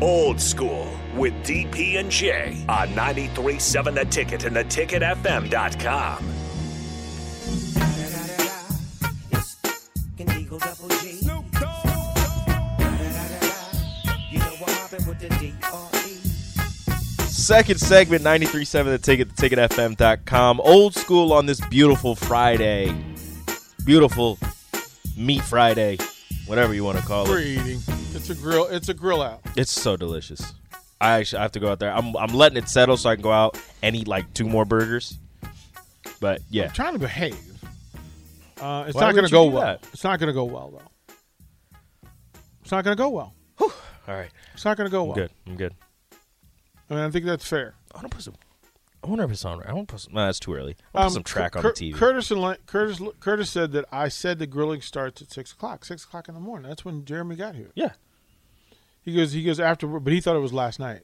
Old School with DP and J on 93.7 The Ticket and theticketfm.com. Indigo Double G. Da-da-da-da. You know I'm mobbing with the E? D.R.E.. Second segment, 93.7 The Ticket, theticketfm.com. Old school on this beautiful Friday. Beautiful meat Friday, whatever you want to call We're it. eating. It's a grill. It's a grill out. It's so delicious. I actually I have to go out there. I'm, I'm letting it settle so I can go out and eat like two more burgers. But yeah, I'm trying to behave. Uh, it's Why not would going to you go do well. that? It's not going to go well though. It's not going to go well. all right. It's not going to go well. I'm good. I'm good. I mean, I think that's fair. I want to put some. I wonder if it's on. I want to put some. No, that's too early. I want to Um, put some track on Cur- the TV. Curtis and Lan- Curtis Curtis said that I said the grilling starts at six o'clock. Six o'clock in the morning. That's when Jeremy got here. yeah. He goes. He goes after, but he thought it was last night.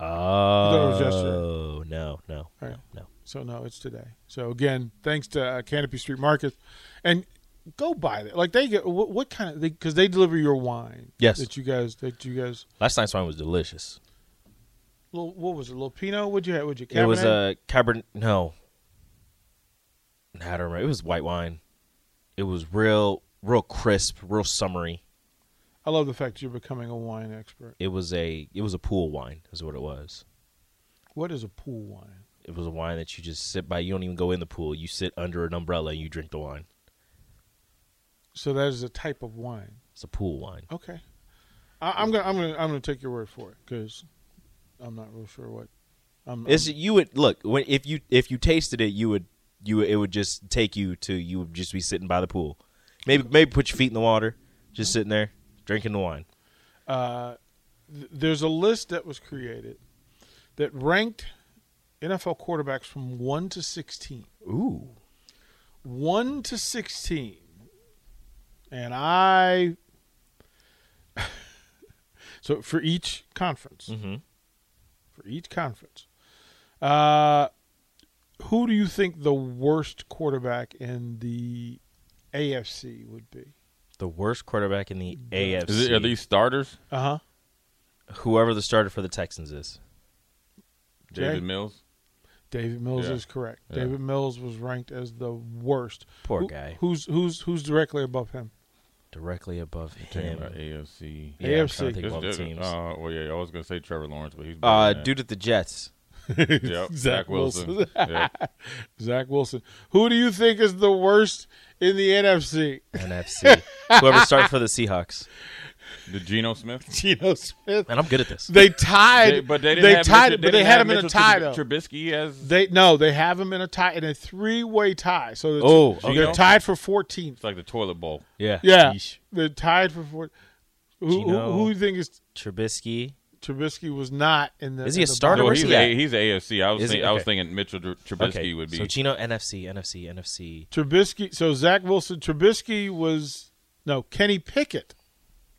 it was yesterday. Oh no no All right. no no. So no, it's today. So again, thanks to uh, Canopy Street Market, and go buy that. Like they get what, what kind of because they, deliver your wine. Yes. That you guys. That you guys. Last night's wine was delicious. Little, what was it? Little Pinot? What'd you have? What'd you? It was uh, Cabernet? a Cabernet. No, I don't remember. It was white wine. It was real, real crisp, real summery. I love the fact you're becoming a wine expert. It was a, it was a pool wine, is what it was. What is a pool wine? It was a wine that you just sit by. You don't even go in the pool. You sit under an umbrella and you drink the wine. So that is a type of wine. It's a pool wine. Okay. I, I'm gonna I'm gonna I'm gonna take your word for it because I'm not real sure what. I'm, It's I'm- you would look when if you if you tasted it, you would you would- it would just take you to you would just be sitting by the pool, maybe maybe put your feet in the water, just sitting there drinking the wine. uh, th- there's a list that was created that ranked NFL quarterbacks from one to sixteen. Ooh, One to sixteen, and I. so for each conference, Mhm. for each conference, uh, who do you think the worst quarterback in the AFC would be? the worst quarterback in the AFC. Is it, are these starters? Uh huh. whoever the starter for the Texans is? Jay? David Mills. David Mills Yeah. is correct. Yeah. David Mills was ranked as the worst. Poor Who- guy. Who's who's who's directly above him? Directly above him. Talking about AFC. Yeah, I'm AFC. trying to think of all the This- this- teams. Oh, Uh, well, yeah, I was gonna say Trevor Lawrence, but he's Uh, better than dude at the Jets. that. Yep, Zach Wilson. yeah. Zach Wilson. Who do you think is the worst in the NFC? NFC. Whoever started for the Seahawks. The Geno Smith. Geno Smith. And I'm good at this. They tied. They- but they didn't have tied. Mitchell- but they didn't had have him in a Mitchell tie Trub- though. Trubisky as They no, they have him in a tie in a three-way tie. So it's- Oh, so okay. they're tied for 14th. it's like the toilet bowl. Yeah. Yeah, Yeesh. they're tied for 14th. Who, who, Geno. who do you think is Trubisky. Trubisky was not in the? Is he in a the starter? No, Where's he's he a, at? he's AFC. I was Is he? thinking, I was Okay. thinking Mitchell Tr- Trubisky okay. would be. So Chino NFC, NFC, NFC. Trubisky. So Zach Wilson, Trubisky was no Kenny Pickett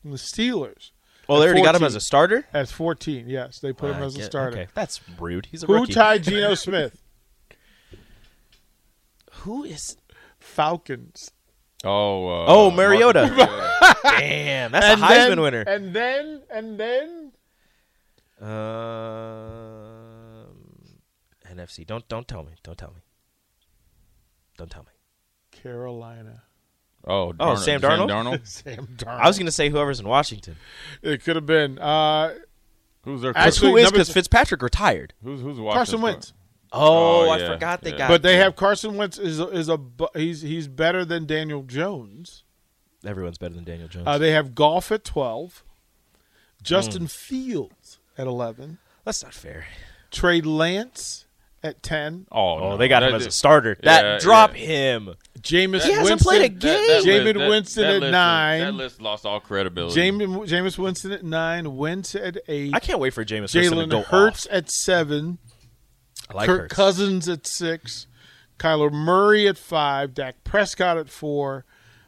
from the Steelers Oh, they already got him 14. as a starter? at 14. Yes, they put him Uh, as a get- starter. Okay. That's rude. He's a Who rookie. tied Geno Smith? Who is Falcons. oh, uh, Oh, Marcus Mariota. Mariota. Damn, that's a Heisman then, winner. And then and then um, NFC. Don't don't tell me. Don't tell me. Don't tell me. Carolina. oh, Oh, Darnold. Sam Sam Darnold? Darnold. Sam Darnold. I was gonna say whoever's in Washington. it could have been uh, Who's their? That's coach? Actually, who is number because two- Fitzpatrick retired. Who's who's Carson Washington's Wentz. Oh, Oh, I yeah, forgot they yeah. got. But they have Carson Wentz is a, is a bu- he's he's better than Daniel Jones. everyone's better than Daniel Jones. Uh, they have golf at 12. Justin Mm. Fields at 11. that's not fair. Trey Lance at 10. Oh, Oh, no. they got him That- as a starter. yeah, That drop yeah. him. Jameis He hasn't Winston. played a that- game. that Jameis list- that- Winston that at list is- nine. That list lost all credibility. Jameis, Jameis Winston at 9. Wentz at 8. I can't wait for Jameis Winston to go Jalen Hurts off. at 7. I like Kirk Hurts. Cousins at 6. Kyler Murray at 5. Dak Prescott at 4.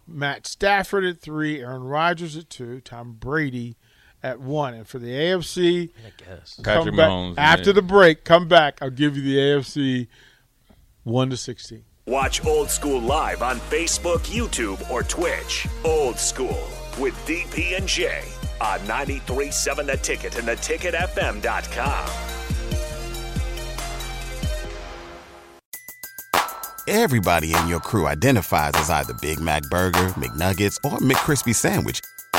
Matt Stafford at 3. Aaron Rodgers at 2. Tom Brady at 1. And for the AFC, I guess. Patrick come back- Mahomes, after man. the break, come back. I'll give you the AFC one to sixteen. Watch Old School live on Facebook, YouTube, or Twitch. Old School with DP and J on 93.7 The Ticket and theticketfm.com. Everybody in your crew identifies as either Big Mac Burger, McNuggets, or McCrispy Sandwich.